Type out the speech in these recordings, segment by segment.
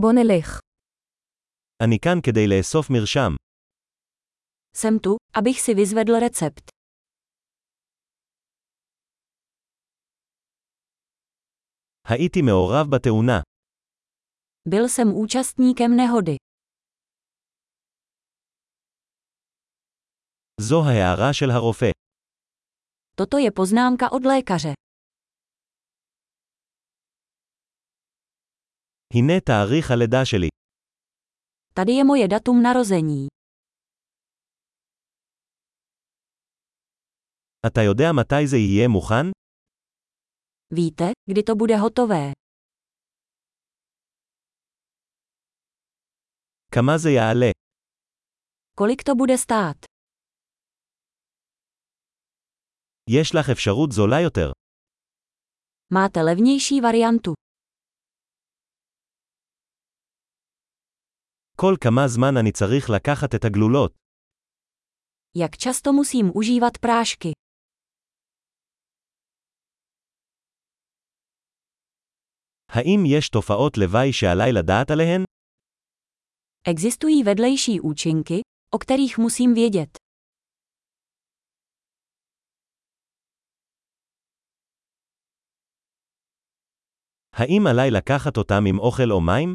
בוא nalech. אני כאן כדי לאסוף מרשם. Jsem tu, abych si vyzvedl recept. הייתי מעורב בתאונה. Byl jsem účastníkem nehody. זו ההערה של הרופא. Toto je poznámka od lékaře. הנה תאריך הלידה שלי. Tady je moje datum narození. אתה יודע מתי זה יהיה מוכן? Víte, kdy to bude hotové? כמה זה יעלה? Kolik to bude stát? יש לך אפשרות זולה יותר. Máte levnější variantu. כל כמה זמן אני צריך לקחת את הגלולות. Jak často musím užívat prášky? האם יש תופעות לוואי שעליי לדעת עליהן? Existují vedlejší účinky, o kterých musím vědět. האם עליי לקחת אותם עם אוכל או מים?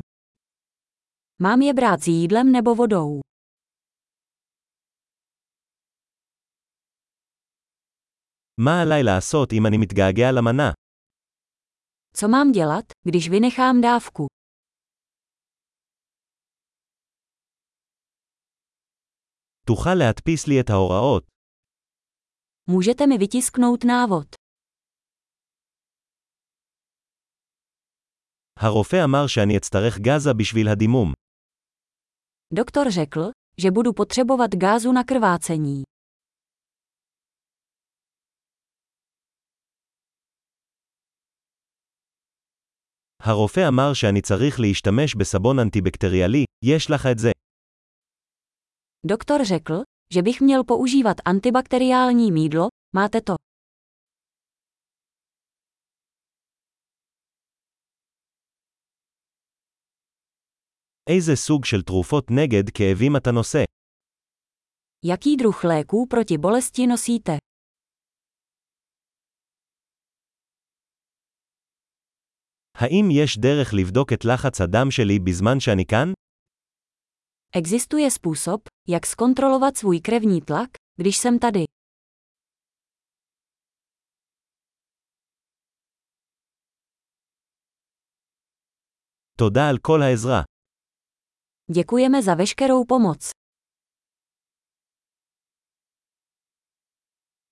Mám je brát s jídlem nebo vodou? מה עליי לעשות אם אני מתגעגע למנה? Co mám dělat, když vynechám dávku? תוכל להדפיס לי את ההוראות. Můžete mi vytisknout návod. הרופא אמר שאני אצטרך גזה בשביל הדימום. Doktor řekl, že budu potřebovat gázu na krvácení. הרופא אמר שאני צריך להשתמש בסבון אנטיבקטריאלי, יש לך את זה. Doktor řekl, že bych měl používat antibakteriální mídlo, máte to. איזה סוג של תרופות נגד כאבים אתה נושא? Jaký druh léků proti bolesti nosíte? האם יש דרך לבדוק את לחץ הדם שלי בזמן שאני כאן? Existuje způsob, jak zkontrolovat svůj krevní tlak, když jsem tady. תודה על כל העזרה. Děkujeme za veškerou pomoc.